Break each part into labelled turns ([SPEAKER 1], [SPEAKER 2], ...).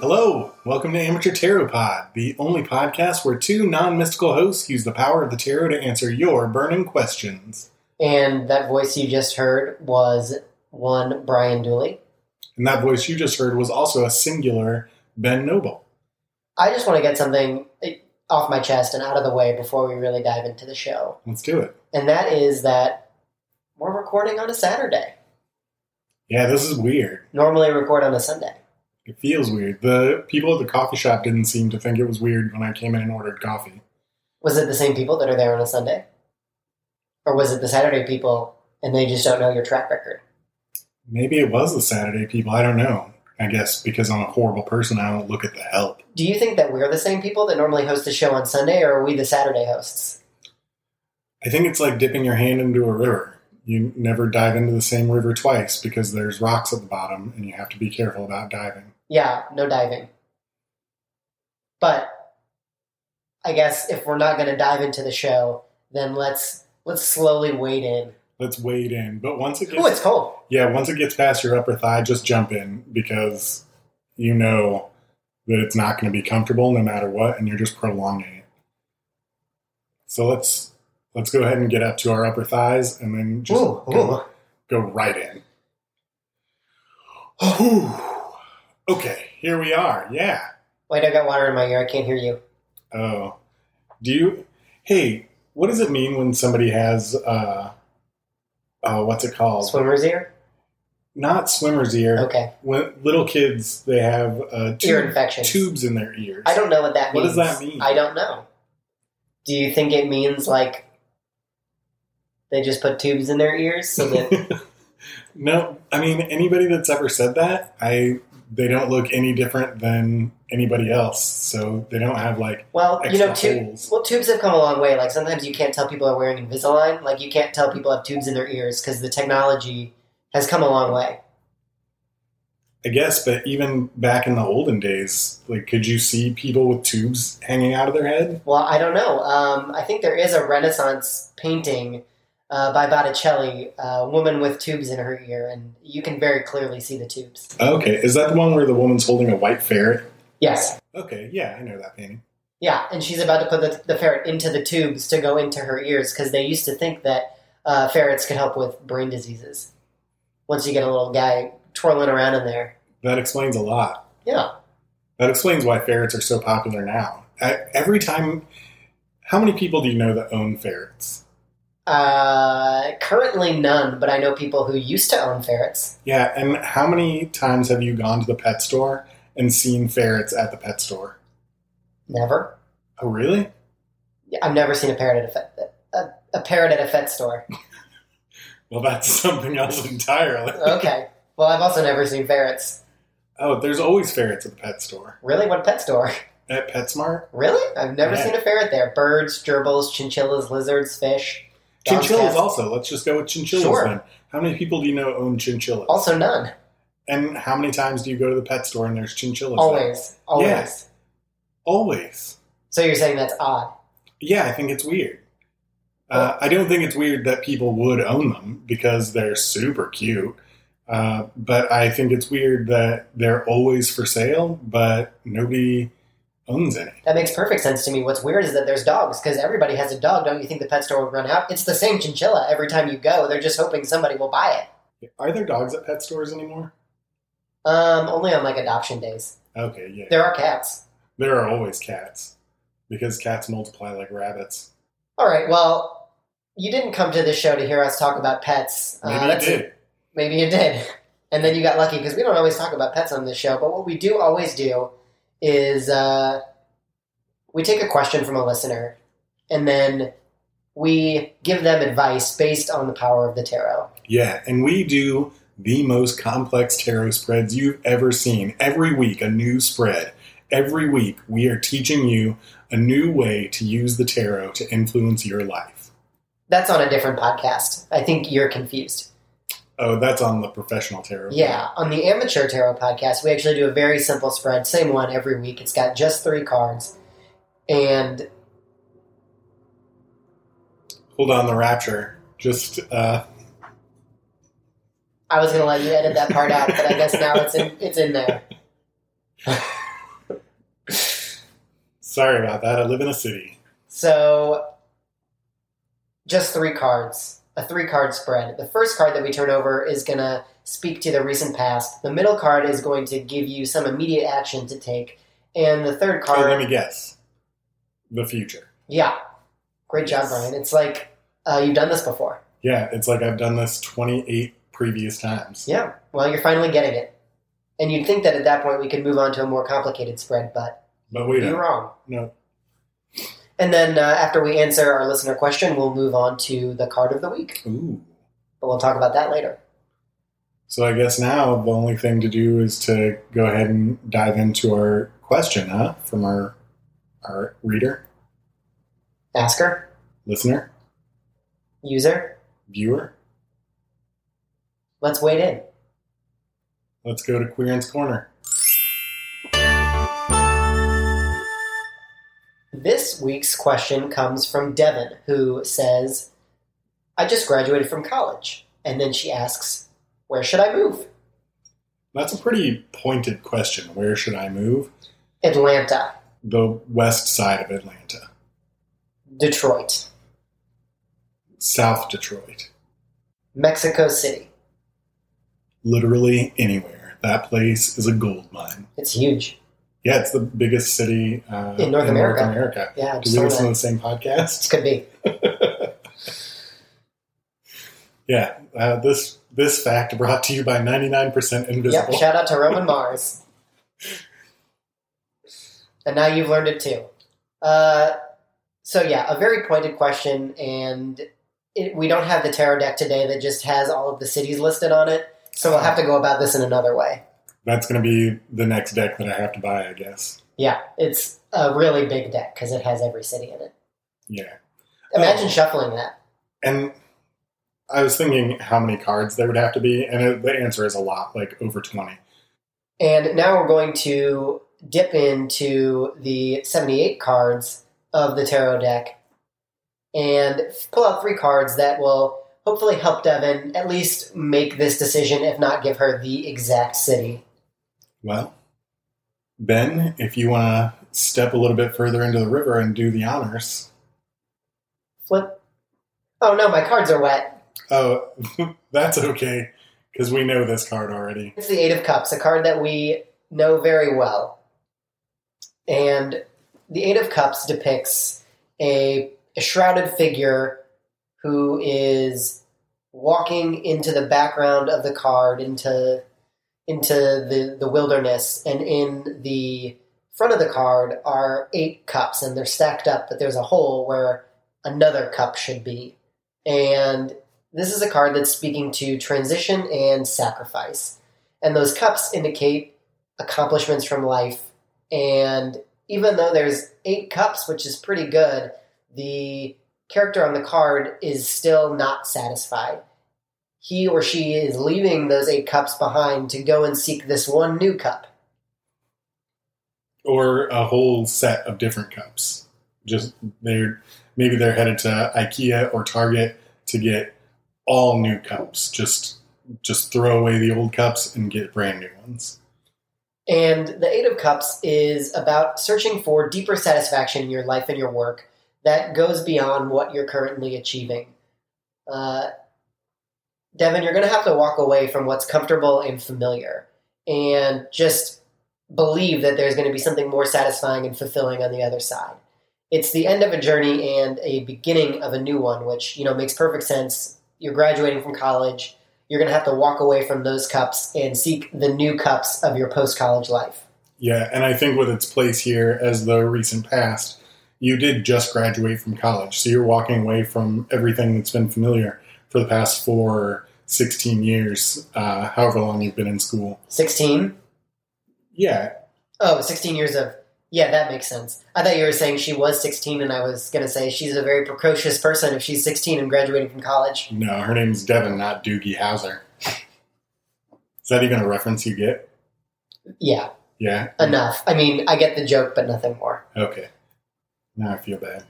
[SPEAKER 1] Hello, welcome to Amateur Tarot Pod, the only podcast where two non mystical hosts use the power of the tarot to answer your burning questions.
[SPEAKER 2] And that voice you just heard was one Brian Dooley.
[SPEAKER 1] And that voice you just heard was also a singular Ben Noble.
[SPEAKER 2] I just want to get something eh, off my chest and out of the way before we really dive into the show.
[SPEAKER 1] Let's do it.
[SPEAKER 2] And that is that we're recording on a Saturday.
[SPEAKER 1] Yeah, this is weird.
[SPEAKER 2] Normally record on a Sunday.
[SPEAKER 1] It feels weird. The people at the coffee shop didn't seem to think it was weird when I came in and ordered coffee.
[SPEAKER 2] Was it the same people that are there on a Sunday? Or was it the Saturday people and they just don't know your track record?
[SPEAKER 1] Maybe it was the Saturday people. I don't know. I guess because I'm a horrible person, I don't look at the help.
[SPEAKER 2] Do you think that we're the same people that normally host the show on Sunday or are we the Saturday hosts?
[SPEAKER 1] I think it's like dipping your hand into a river. You never dive into the same river twice because there's rocks at the bottom and you have to be careful about diving.
[SPEAKER 2] Yeah, no diving. But I guess if we're not going to dive into the show, then let's let's slowly wade in.
[SPEAKER 1] Let's wade in. But once it gets
[SPEAKER 2] Ooh, it's cold.
[SPEAKER 1] Yeah, once it gets past your upper thigh, just jump in because you know that it's not going to be comfortable no matter what, and you're just prolonging it. So let's let's go ahead and get up to our upper thighs, and then just
[SPEAKER 2] Ooh,
[SPEAKER 1] go,
[SPEAKER 2] ooh.
[SPEAKER 1] go right in. Whew. Okay, here we are. Yeah.
[SPEAKER 2] Wait, I got water in my ear. I can't hear you.
[SPEAKER 1] Oh, do you? Hey, what does it mean when somebody has uh, uh what's it called?
[SPEAKER 2] Swimmer's ear?
[SPEAKER 1] Not swimmer's ear.
[SPEAKER 2] Okay.
[SPEAKER 1] when little kids they have uh,
[SPEAKER 2] Ear
[SPEAKER 1] tube,
[SPEAKER 2] infections.
[SPEAKER 1] tubes in their ears.
[SPEAKER 2] I don't know what that
[SPEAKER 1] What
[SPEAKER 2] means.
[SPEAKER 1] does that mean?
[SPEAKER 2] I don't know. Do you think it means like they just put tubes in their ears so that
[SPEAKER 1] No, I mean anybody that's ever said that, I they don't look any different than anybody else. So they don't have like
[SPEAKER 2] well, you
[SPEAKER 1] extra
[SPEAKER 2] know, tubes.
[SPEAKER 1] holes.
[SPEAKER 2] Well, tubes have come a long way. Like sometimes you can't tell people are wearing Invisalign. Like you can't tell people have tubes in their ears because the technology has come a long way.
[SPEAKER 1] I guess, but even back in the olden days, like could you see people with tubes hanging out of their head?
[SPEAKER 2] Well, I don't know. Um, I think there is a Renaissance painting uh, by Botticelli, a woman with tubes in her ear, and you can very clearly see the tubes.
[SPEAKER 1] Okay, is that the one where the woman's holding a white ferret?
[SPEAKER 2] Yes.
[SPEAKER 1] Okay, yeah, I know that painting.
[SPEAKER 2] Yeah, and she's about to put the, the ferret into the tubes to go into her ears because they used to think that uh, ferrets could help with brain diseases. Once you get a little guy twirling around in there.
[SPEAKER 1] That explains a lot.
[SPEAKER 2] Yeah.
[SPEAKER 1] That explains why ferrets are so popular now. I, every time, how many people do you know that own ferrets?
[SPEAKER 2] Uh, currently none, but I know people who used to own ferrets.
[SPEAKER 1] Yeah, and how many times have you gone to the pet store and seen ferrets at the pet store?
[SPEAKER 2] Never.
[SPEAKER 1] Oh, really?
[SPEAKER 2] Yeah, I've never seen a parrot at a, fet, a, a parrot at a fet store.
[SPEAKER 1] Well, that's something else entirely.
[SPEAKER 2] Okay. Well, I've also never seen ferrets.
[SPEAKER 1] Oh, there's always ferrets at the pet store.
[SPEAKER 2] Really? What pet store?
[SPEAKER 1] At PetSmart?
[SPEAKER 2] Really? I've never
[SPEAKER 1] Yeah.
[SPEAKER 2] seen a ferret there. Birds, gerbils, chinchillas, lizards, fish. dogs,
[SPEAKER 1] Chinchillas
[SPEAKER 2] cats.
[SPEAKER 1] also. Let's just go with chinchillas
[SPEAKER 2] Sure.
[SPEAKER 1] then. How many people do you know own chinchillas?
[SPEAKER 2] Also none.
[SPEAKER 1] and how many times do you go to the pet store and there's chinchillas? there?
[SPEAKER 2] Always. Always.
[SPEAKER 1] Yes. Always.
[SPEAKER 2] So you're saying that's odd.
[SPEAKER 1] Yeah, I think it's weird. Uh, I don't think it's weird that people would own them because they're super cute. Uh, but I think it's weird that they're always for sale, but nobody owns any.
[SPEAKER 2] That makes perfect sense to me. What's weird is that there's dogs, because everybody has a dog. Don't you think the pet store would run out? It's the same chinchilla every time you go. They're just hoping somebody will buy it.
[SPEAKER 1] Are there dogs at pet stores anymore?
[SPEAKER 2] Um, only on like adoption days.
[SPEAKER 1] Okay, yeah.
[SPEAKER 2] There are cats.
[SPEAKER 1] There are always cats because cats multiply like rabbits.
[SPEAKER 2] All right. Well, you didn't come to this show to hear us talk about pets.
[SPEAKER 1] Maybe
[SPEAKER 2] Uh,
[SPEAKER 1] I
[SPEAKER 2] that's-
[SPEAKER 1] did.
[SPEAKER 2] Maybe you did. And then you got lucky because we don't always talk about pets on this show. But what we do always do is uh, we take a question from a listener and then we give them advice based on the power of the tarot.
[SPEAKER 3] Yeah, and we do the most complex tarot spreads you've ever seen. Every week, a new spread. Every week, we are teaching you a new way to use the tarot to influence your life.
[SPEAKER 2] That's on a different podcast. I think you're confused.
[SPEAKER 3] Oh, that's on the professional tarot.
[SPEAKER 2] Yeah, on the Amateur Tarot podcast, we actually do a very simple spread, same one every week. It's got just three cards. And
[SPEAKER 3] Hold on, the rapture. Just uh,
[SPEAKER 2] I was going to let you edit that part out, but I guess now it's in, it's in there.
[SPEAKER 3] sorry about that. I live in a city.
[SPEAKER 2] So, just three cards, a three card spread. The first card that we turn over is going to speak to the recent past. The middle card is going to give you some immediate action to take. And the third
[SPEAKER 3] Oh, let
[SPEAKER 2] card,
[SPEAKER 3] me guess. The future.
[SPEAKER 2] yeah. Great job, Brian. It's like uh, you've done this before.
[SPEAKER 3] Yeah, it's like I've done this 28 previous times.
[SPEAKER 2] Yeah. Well, you're finally getting it. And you'd think that at that point we could move on to a more complicated spread, but
[SPEAKER 3] But wait,
[SPEAKER 2] you're
[SPEAKER 3] a-
[SPEAKER 2] wrong.
[SPEAKER 3] no.
[SPEAKER 2] And then uh, after we answer our listener question, we'll move on to the card of the week.
[SPEAKER 3] Ooh.
[SPEAKER 2] But we'll talk about that later.
[SPEAKER 3] So I guess now the only thing to do is to go ahead and dive into our question, huh? From our our reader,
[SPEAKER 2] Ask her,
[SPEAKER 3] listener,
[SPEAKER 2] user,
[SPEAKER 3] viewer.
[SPEAKER 2] let's wait in.
[SPEAKER 3] Let's go to Queerance Corner.
[SPEAKER 2] This week's question comes from Devin, who says, I just graduated from college. And then she asks, Where should I move?
[SPEAKER 3] That's a pretty pointed question. Where should I move?
[SPEAKER 2] Atlanta,
[SPEAKER 3] The west side of Atlanta,
[SPEAKER 2] Detroit,
[SPEAKER 3] South Detroit,
[SPEAKER 2] Mexico City.
[SPEAKER 3] literally anywhere. That place is a gold mine.
[SPEAKER 2] It's huge.
[SPEAKER 3] Yeah, it's the biggest city uh,
[SPEAKER 2] In North America.
[SPEAKER 3] North America.
[SPEAKER 2] Yeah,
[SPEAKER 3] Do we listen
[SPEAKER 2] absolutely.
[SPEAKER 3] to the same podcast?
[SPEAKER 2] Could be.
[SPEAKER 3] Yeah, uh, this this fact brought to you by 99%
[SPEAKER 2] Yep,
[SPEAKER 3] Invisible.
[SPEAKER 2] shout out to Roman Mars. And now you've learned it too. Uh, so, yeah, a very pointed question, and it, we don't have the tarot deck today that just has all of the cities listed on it, so we'll have to go about this in another way.
[SPEAKER 3] That's going to be the next deck that I have to buy, I guess.
[SPEAKER 2] Yeah, it's a really big deck because it has every city in it.
[SPEAKER 3] Yeah.
[SPEAKER 2] Imagine
[SPEAKER 3] Oh.
[SPEAKER 2] shuffling that.
[SPEAKER 3] And I was thinking how many cards there would have to be, and it, the answer is a lot, like over 20.
[SPEAKER 2] And now we're going to dip into the 78 cards of the tarot deck and pull out three cards that will hopefully help Devin at least make this decision, if not give her the exact city.
[SPEAKER 3] Well, Ben, if you want to step a little bit further into the river and do the honors.
[SPEAKER 2] Flip. Oh no, my cards are wet.
[SPEAKER 3] Oh, that's okay, because we know this card already.
[SPEAKER 2] It's the Eight of Cups, a card that we know very well. And the Eight of Cups depicts a, a shrouded figure who is walking into the background of the card, into into the, the wilderness, and in the front of the card are eight cups, and they're stacked up, but there's a hole where another cup should be. And this is a card that's speaking to transition and sacrifice and those cups indicate accomplishments from life. And even though there's eight cups, which is pretty good, the character on the card is still not satisfied. He or she is leaving those eight cups behind to go and seek this one new cup.
[SPEAKER 3] or a whole set of different cups. Just they're maybe they're headed to IKEA or Target to get all new cups. Just just throw away the old cups and get brand new ones.
[SPEAKER 2] And the Eight of Cups is about searching for deeper satisfaction in your life and your work that goes beyond what you're currently achieving. Uh, Devin, you're going to have to walk away from what's comfortable and familiar and just believe that there's going to be something more satisfying and fulfilling on the other side. It's the end of a journey and a beginning of a new one, which, you know, makes perfect sense. You're graduating from college you're going to have to walk away from those cups and seek the new cups of your post college life.
[SPEAKER 3] Yeah, and I think with its place here as the recent past, you did just graduate from college, so you're walking away from everything that's been familiar for the past four, 16 years, uh, however long you've been in school.
[SPEAKER 2] 16?
[SPEAKER 3] Yeah,
[SPEAKER 2] Oh, 16 years of. Yeah, that makes sense. I thought you were saying she was 16, and I was going to say she's a very precocious person if she's 16 and graduating from college.
[SPEAKER 3] no, her name's Devin, not Doogie Howser. Is that even a reference you get?
[SPEAKER 2] Yeah,
[SPEAKER 3] Yeah.
[SPEAKER 2] enough. I mean, I get the joke, but nothing more.
[SPEAKER 3] Okay. Now I feel bad.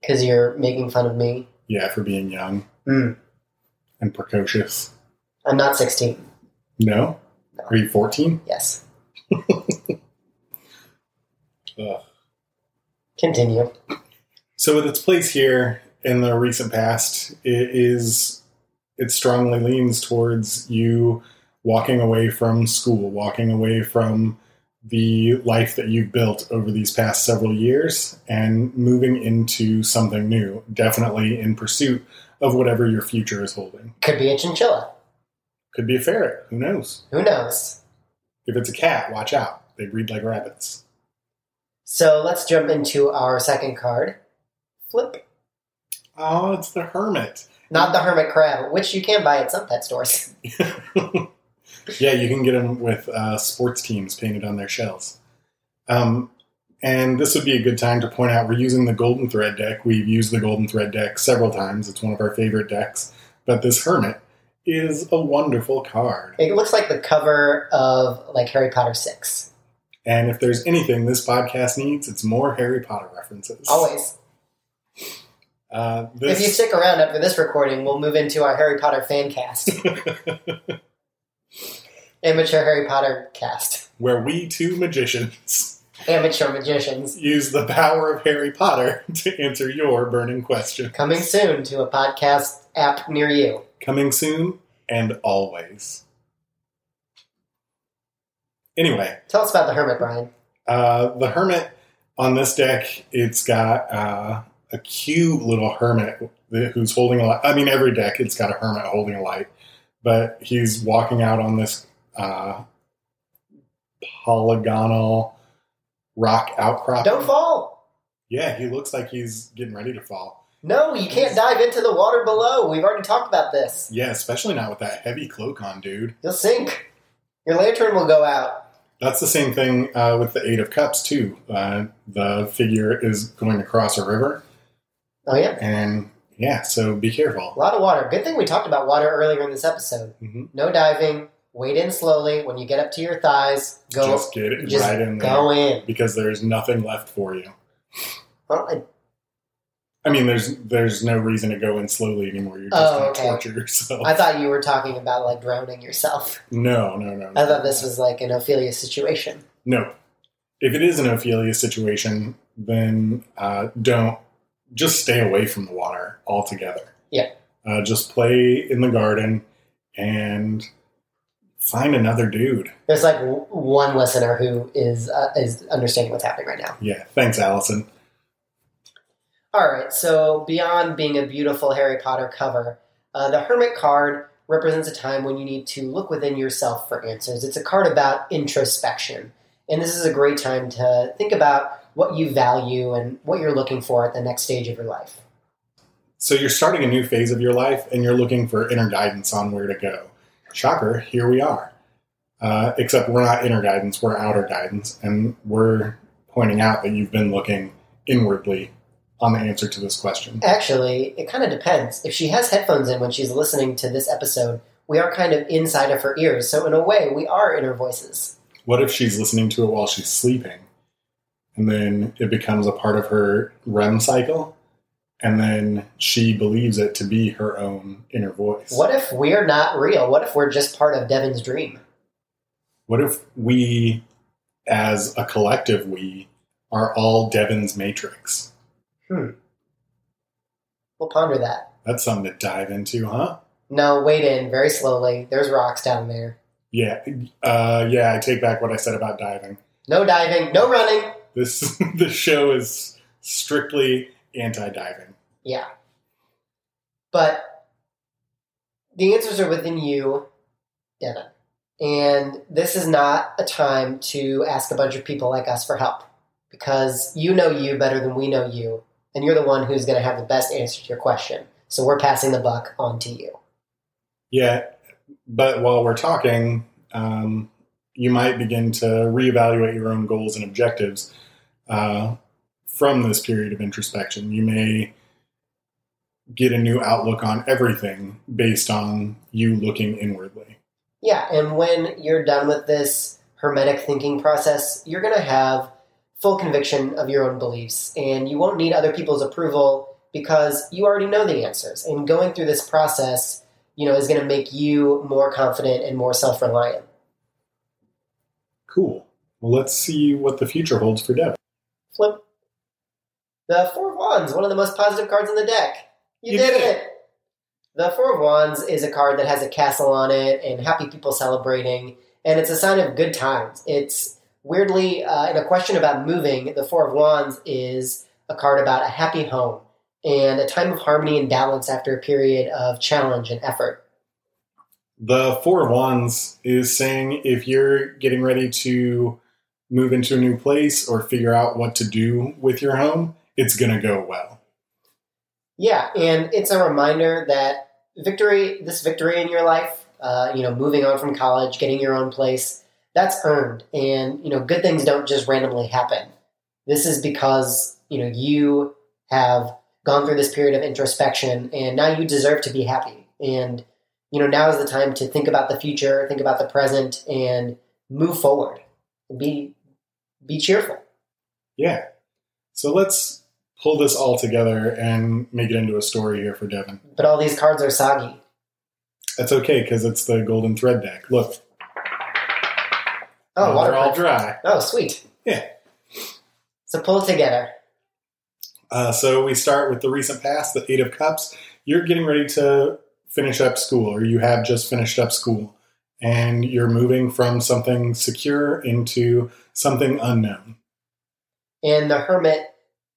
[SPEAKER 2] Because you're making fun of me.
[SPEAKER 3] Yeah, for being young
[SPEAKER 2] Mm,
[SPEAKER 3] and precocious.
[SPEAKER 2] I'm not 16.
[SPEAKER 3] No? Are you 14?
[SPEAKER 2] Yes.
[SPEAKER 3] Ugh.
[SPEAKER 2] Continue.
[SPEAKER 3] So, with its place here in the recent past, it is it strongly leans towards you walking away from school, walking away from the life that you've built over these past several years, and moving into something new. Definitely in pursuit of whatever your future is holding.
[SPEAKER 2] Could be a chinchilla.
[SPEAKER 3] Could be a ferret. Who knows?
[SPEAKER 2] Who knows?
[SPEAKER 3] If it's a cat, watch out. They breed like rabbits.
[SPEAKER 2] So let's jump into our second card. Flip.
[SPEAKER 3] Oh, it's the hermit.
[SPEAKER 2] Not the hermit crab, which you can buy at some pet stores.
[SPEAKER 3] yeah, you can get them with uh, sports teams painted on their shells. Um, and this would be a good time to point out we're using the Golden Thread deck. We've used the Golden Thread deck several times, it's one of our favorite decks. But this Hermit is a wonderful card.
[SPEAKER 2] It looks like the cover of like Harry Potter 6.
[SPEAKER 3] And if there's anything this podcast needs, it's more Harry Potter references.
[SPEAKER 2] Always.
[SPEAKER 3] Uh,
[SPEAKER 2] If you
[SPEAKER 3] this,
[SPEAKER 2] stick around after this recording, we'll move into our Harry Potter fan cast. Amateur Harry Potter cast.
[SPEAKER 3] where we two magicians
[SPEAKER 2] Amateur magicians.
[SPEAKER 3] use the power of Harry Potter to answer your burning question.
[SPEAKER 2] Coming soon to a podcast app near you.
[SPEAKER 3] coming soon and always. Anyway,
[SPEAKER 2] Tell us about the hermit, Brian.
[SPEAKER 3] uh, the hermit on this deck, it's got uh, a cute little hermit that- who's holding a light. I mean, every deck it's got a hermit holding a light, but he's walking out on this uh, polygonal rock outcropping.
[SPEAKER 2] Don't fall.
[SPEAKER 3] Yeah, he looks like he's getting ready to fall.
[SPEAKER 2] No, you can't dive into the water below. We've already talked about this.
[SPEAKER 3] Yeah, especially not with that heavy cloak on, dude.
[SPEAKER 2] You'll sink. Your lantern will go out.
[SPEAKER 3] That's the same thing uh, with the Eight of Cups too. Uh, the figure is going to cross a river,
[SPEAKER 2] Oh, yeah.
[SPEAKER 3] and yeah, so be
[SPEAKER 2] A
[SPEAKER 3] careful.
[SPEAKER 2] lot of water. Good thing we talked about water earlier in this episode.
[SPEAKER 3] hmm
[SPEAKER 2] No diving. Wade in slowly. When you get up to your thighs, go
[SPEAKER 3] Just get it
[SPEAKER 2] just
[SPEAKER 3] right in there
[SPEAKER 2] go in.
[SPEAKER 3] because there's nothing left for you.
[SPEAKER 2] Well, I-
[SPEAKER 3] I mean, there's there's no reason to go in slowly anymore. You're just
[SPEAKER 2] Oh,
[SPEAKER 3] going to
[SPEAKER 2] okay.
[SPEAKER 3] torture yourself.
[SPEAKER 2] I thought you were talking about like drowning yourself.
[SPEAKER 3] no, no, no.
[SPEAKER 2] I
[SPEAKER 3] no.
[SPEAKER 2] thought this was like an Ophelia situation.
[SPEAKER 3] no. If it is an Ophelia situation, then uh, don't just stay away from the water altogether.
[SPEAKER 2] Yeah.
[SPEAKER 3] Uh, just play in the garden and find another dude.
[SPEAKER 2] There's like w- one listener who is uh, is understanding what's happening right now.
[SPEAKER 3] Yeah. Thanks, Allison.
[SPEAKER 2] All right, so beyond being a beautiful Harry Potter cover, uh, the Hermit card represents a time when you need to look within yourself for answers. It's a card about introspection. And this is a great time to think about what you value and what you're looking for at the next stage of your life.
[SPEAKER 3] So you're starting a new phase of your life and you're looking for inner guidance on where to go. Shocker, here we are. Uh, except we're not inner guidance, we're outer guidance. And we're pointing out that you've been looking inwardly on the answer to this question.
[SPEAKER 2] Actually, it kind of depends. If she has headphones in when she's listening to this episode, we are kind of inside of her ears, so in a way, we are inner voices.
[SPEAKER 3] What if she's listening to it while she's sleeping? And then it becomes a part of her REM cycle. And then she believes it to be her own inner voice.
[SPEAKER 2] What if we're not real? What if we're just part of Devin's dream?
[SPEAKER 3] What if we, as a collective, we are all Devon's matrix?
[SPEAKER 2] We'll ponder that.
[SPEAKER 3] That's something to dive into, huh?
[SPEAKER 2] No, wait in very slowly. There's rocks down there.
[SPEAKER 3] Yeah, uh, yeah. I take back what I said about diving.
[SPEAKER 2] No diving, no running.
[SPEAKER 3] This this show is strictly anti-diving.
[SPEAKER 2] Yeah. But the answers are within you, Devin. And this is not a time to ask a bunch of people like us for help. because you know you better than we know you, and you're the one who's going to have the best answer to your question. So we're passing the buck on to you.
[SPEAKER 3] Yeah, but while we're talking, um, you might begin to reevaluate your own goals and objectives uh, from this period of introspection. You may get a new outlook on everything based on you looking inwardly.
[SPEAKER 2] Yeah, and when you're done with this hermetic thinking process, you're going to have full conviction of your own beliefs, and you won't need other people's approval because you already know the answers. And going through this process, you know, is going to make you more confident and more self reliant.
[SPEAKER 3] Cool. Well, let's see what the future holds for Deb.
[SPEAKER 2] Flip the Four of Wands, one of the most positive cards in the deck. You,
[SPEAKER 3] You
[SPEAKER 2] did,
[SPEAKER 3] did
[SPEAKER 2] it. The Four of Wands is a card that has a castle on it and happy people celebrating, and it's a sign of good times. It's weirdly, uh, in a question about moving, the Four of Wands is a card about a happy home and a time of harmony and balance after a period of challenge and effort.
[SPEAKER 3] The Four of Wands is saying if you're getting ready to move into a new place or figure out what to do with your home, it's going to go well.
[SPEAKER 2] Yeah, and it's a reminder that victory, this victory in your life, uh, you know, moving on from college, getting your own place, that's earned. And, you know, good things don't just randomly happen. This is because, you know, you have gone through this period of introspection and now you deserve to be happy. And, you know, now is the time to think about the future, think about the present, and move forward. Be, be cheerful.
[SPEAKER 3] Yeah. So let's pull this all together and make it into a story here for Devin.
[SPEAKER 2] But all these cards are soggy.
[SPEAKER 3] That's okay because it's the Golden Thread deck. Look,
[SPEAKER 2] Oh,
[SPEAKER 3] they're all
[SPEAKER 2] waterproof.
[SPEAKER 3] dry.
[SPEAKER 2] Oh, sweet.
[SPEAKER 3] Yeah.
[SPEAKER 2] So pull it together.
[SPEAKER 3] Uh, so we start with the recent past, the Eight of Cups. You're getting ready to finish up school, or you have just finished up school, and you're moving from something secure into something unknown.
[SPEAKER 2] And the Hermit,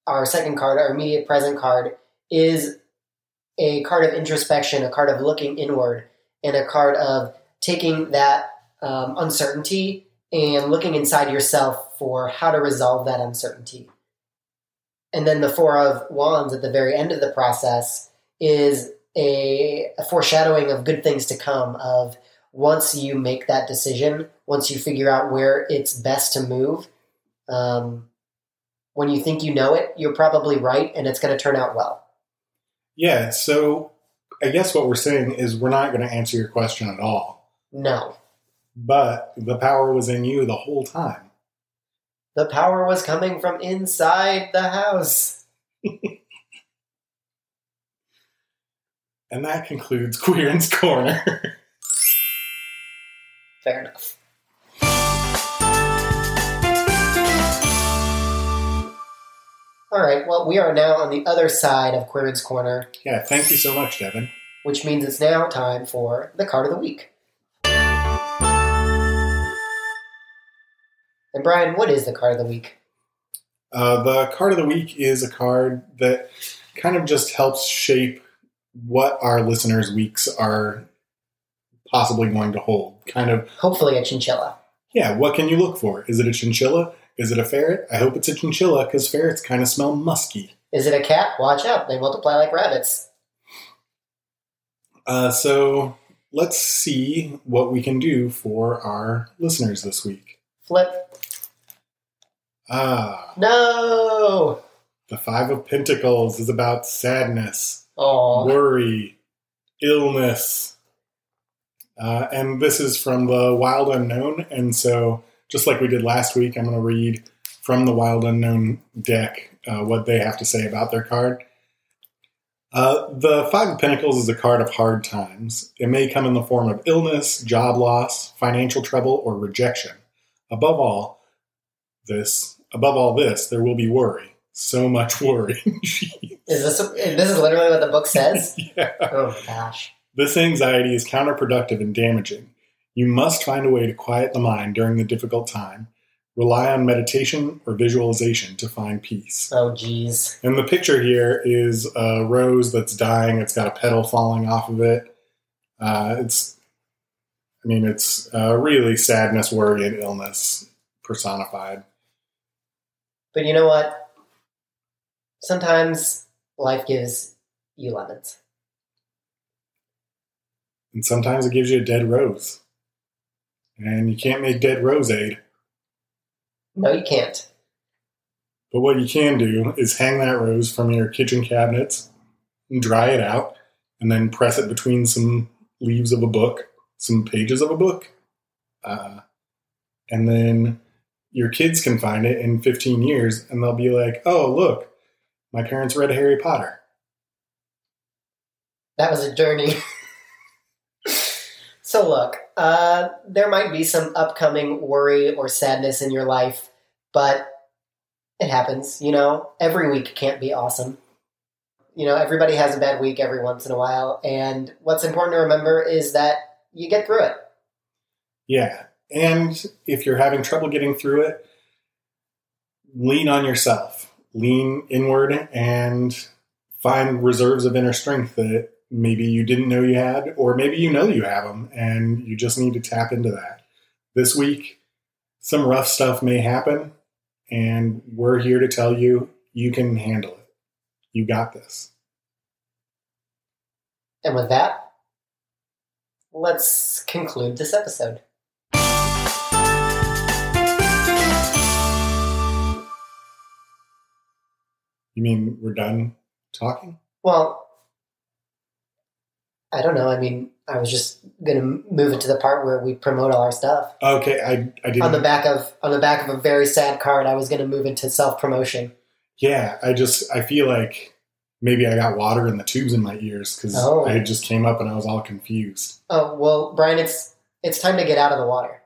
[SPEAKER 2] our second card, our immediate present card, is a card of introspection, a card of looking inward, and a card of taking that um, uncertainty and looking inside yourself for how to resolve that uncertainty. And then the Four of Wands at the very end of the process is a, a foreshadowing of good things to come, of once you make that decision, once you figure out where it's best to move, um, when you think you know it, you're probably right and it's going to turn out well.
[SPEAKER 3] Yeah, so I guess what we're saying is we're not going to answer your question at all,
[SPEAKER 2] No.
[SPEAKER 3] but the power was in you the whole time.
[SPEAKER 2] The power was coming from inside the house.
[SPEAKER 3] And that concludes Queerin's Corner.
[SPEAKER 2] Fair enough. All right, well, we are now on the other side of Quirin's Corner,
[SPEAKER 3] yeah, thank you so much, Devin.
[SPEAKER 2] which means it's now time for the card of the week. And Brian, what is the card of the week?
[SPEAKER 3] Uh, the card of the week is a card that kind of just helps shape what our listeners' weeks are possibly going to hold. Kind of,
[SPEAKER 2] Hopefully a chinchilla.
[SPEAKER 3] yeah, what can you look for? Is it a chinchilla? Is it a ferret? I hope it's a chinchilla because ferrets kind of smell musky.
[SPEAKER 2] Is it a cat? Watch out, they multiply like rabbits.
[SPEAKER 3] Uh, so let's see what we can do for our listeners this week.
[SPEAKER 2] Flip.
[SPEAKER 3] Ah,
[SPEAKER 2] No!
[SPEAKER 3] the Five of Pentacles is about sadness.
[SPEAKER 2] Oh,
[SPEAKER 3] worry, illness. Uh, and this is from The Wild Unknown. And so, just like we did last week, I'm going to read from The Wild Unknown deck uh, what they have to say about their card. Uh, the Five of Pentacles is a card of hard times. It may come in the form of illness, job loss, financial trouble, or rejection. Above all, this above all this, there will be worry. So much worry.
[SPEAKER 2] is this this is literally what the book says?
[SPEAKER 3] yeah.
[SPEAKER 2] Oh my gosh.
[SPEAKER 3] This anxiety is counterproductive and damaging. You must find a way to quiet the mind during the difficult time. Rely on meditation or visualization to find peace.
[SPEAKER 2] Oh geez.
[SPEAKER 3] And the picture here is a rose that's dying. It's got a petal falling off of it. Uh, it's, I mean, it's uh, really sadness, worry, and illness personified.
[SPEAKER 2] But you know what? Sometimes life gives you lemons.
[SPEAKER 3] And sometimes it gives you a dead rose. And you can't make dead roseade.
[SPEAKER 2] No, you can't.
[SPEAKER 3] But what you can do is hang that rose from your kitchen cabinets, and dry it out, and then press it between some leaves of a book, some pages of a book. Uh, and then your kids can find it in 15 years and they'll be like, oh, look, my parents read Harry Potter.
[SPEAKER 2] That was a journey. so, look, uh, there might be some upcoming worry or sadness in your life, but it happens. You know, every week can't be awesome. You know, everybody has a bad week every once in a while. And what's important to remember is that you get through it.
[SPEAKER 3] Yeah. And if you're having trouble getting through it, lean on yourself, lean inward, and find reserves of inner strength that maybe you didn't know you had, or maybe you know you have them and you just need to tap into that. This week, some rough stuff may happen, and we're here to tell you you can handle it. You got this.
[SPEAKER 2] And with that, let's conclude this episode.
[SPEAKER 3] You mean we're done talking?
[SPEAKER 2] Well, I don't know. I mean, I was just going to move it to the part where we promote all our stuff.
[SPEAKER 3] Okay, I, I didn't.
[SPEAKER 2] On the back of on the back of a very sad card, I was going to move into self promotion.
[SPEAKER 3] yeah, I just I feel like maybe I got water in the tubes in my ears because
[SPEAKER 2] Oh.
[SPEAKER 3] I just came up and I was all confused.
[SPEAKER 2] Oh well, Brian, it's it's time to get out of the water.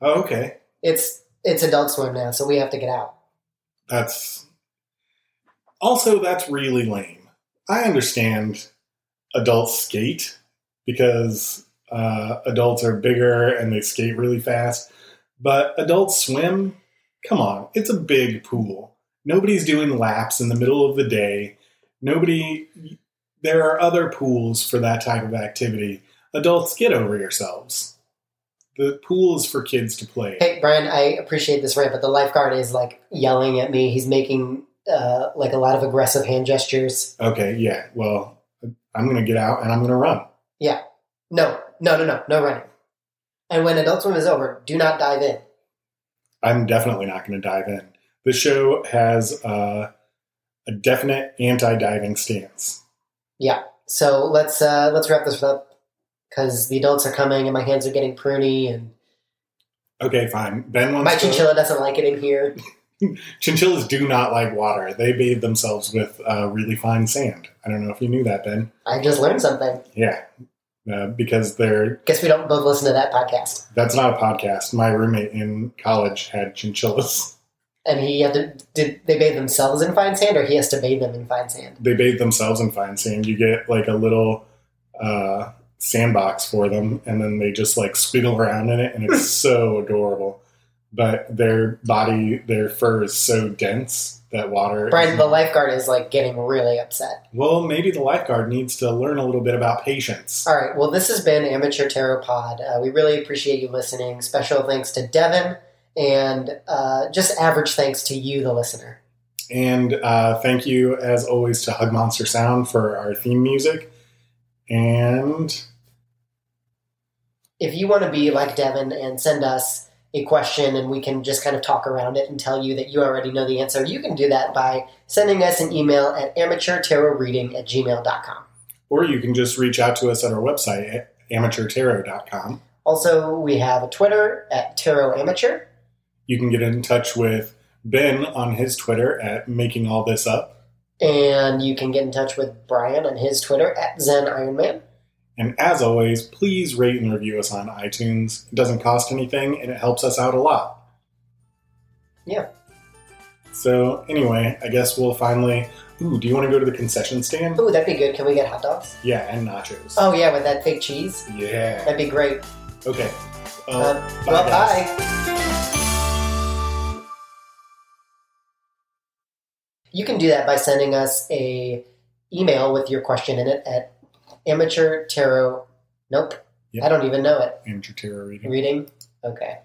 [SPEAKER 3] Oh, okay,
[SPEAKER 2] It's it's Adult Swim now, so we have to get out.
[SPEAKER 3] that's also that's really lame. I understand adults skate because uh, adults are bigger and they skate really fast, but adults swim. Come on, it's a big pool. Nobody's doing laps in the middle of the day. Nobody. There are other pools for that type of activity. Adults, get over yourselves. The pool is for kids to play.
[SPEAKER 2] Hey, Brian, I appreciate this rant, but the lifeguard is like yelling at me. He's making uh, like a lot of aggressive hand gestures.
[SPEAKER 3] Okay, yeah. Well, I'm going to get out and I'm going to run.
[SPEAKER 2] No, no, no, no, no running. And when Adult Swim is over, do not dive in.
[SPEAKER 3] I'm definitely not going to dive in. The show has uh, a definite anti-diving stance.
[SPEAKER 2] So let's uh, let's wrap this up because the adults are coming and my hands are getting pruny and
[SPEAKER 3] Okay, fine. Ben wants
[SPEAKER 2] my
[SPEAKER 3] to-
[SPEAKER 2] chinchilla doesn't like it in here.
[SPEAKER 3] Chinchillas do not like water. They bathe themselves with uh, really fine sand. I don't know if you knew that, Ben.
[SPEAKER 2] I just learned something.
[SPEAKER 3] Yeah, uh, because they're
[SPEAKER 2] Guess we don't both listen to that podcast.
[SPEAKER 3] that's not a podcast. My roommate in college had chinchillas.
[SPEAKER 2] And he had to did they bathe themselves in fine sand or he has to bathe them in fine sand?
[SPEAKER 3] They bathe themselves in fine sand. You get like a little uh, sandbox for them, and then they just like squiggle around in it, and it's so adorable. But their body, their fur is so dense that water.
[SPEAKER 2] Brian, the lifeguard is like getting really upset.
[SPEAKER 3] well, maybe the lifeguard needs to learn a little bit about patience.
[SPEAKER 2] All right, well, this has been Amateur Tarot Pod. Uh, we really appreciate you listening. Special thanks to Devin and uh, just average thanks to you, the listener.
[SPEAKER 3] And uh, thank you, as always, to Hug Monster Sound for our theme music. And
[SPEAKER 2] if you want to be like Devin and send us a question and we can just kind of talk around it and tell you that you already know the answer, you can do that by sending us an email at amateurtarotreading at gmail.com.
[SPEAKER 3] or you can just reach out to us at our website at amateurtarot.com.
[SPEAKER 2] Also, we have a Twitter at Tarot Amateur.
[SPEAKER 3] You can get in touch with Ben on his Twitter at Making All This Up.
[SPEAKER 2] And you can get in touch with Brian on his Twitter at Zen Iron Man.
[SPEAKER 3] And as always, please rate and review us on iTunes. It doesn't cost anything and it helps us out a lot.
[SPEAKER 2] Yeah.
[SPEAKER 3] So, anyway, I guess we'll finally. Ooh, do you want to go to the concession stand?
[SPEAKER 2] Ooh, that'd be good. Can we get hot dogs?
[SPEAKER 3] Yeah, and nachos.
[SPEAKER 2] Oh, yeah, with that fake cheese.
[SPEAKER 3] Yeah.
[SPEAKER 2] That'd be great.
[SPEAKER 3] Okay.
[SPEAKER 2] Uh,
[SPEAKER 3] Uh, bye,
[SPEAKER 2] well,
[SPEAKER 3] guys.
[SPEAKER 2] bye. You can do that by sending us a email with your question in it at amateur tarot. Nope,
[SPEAKER 3] Yep.
[SPEAKER 2] I don't even know it.
[SPEAKER 3] Amateur Tarot Reading.
[SPEAKER 2] Reading. Okay.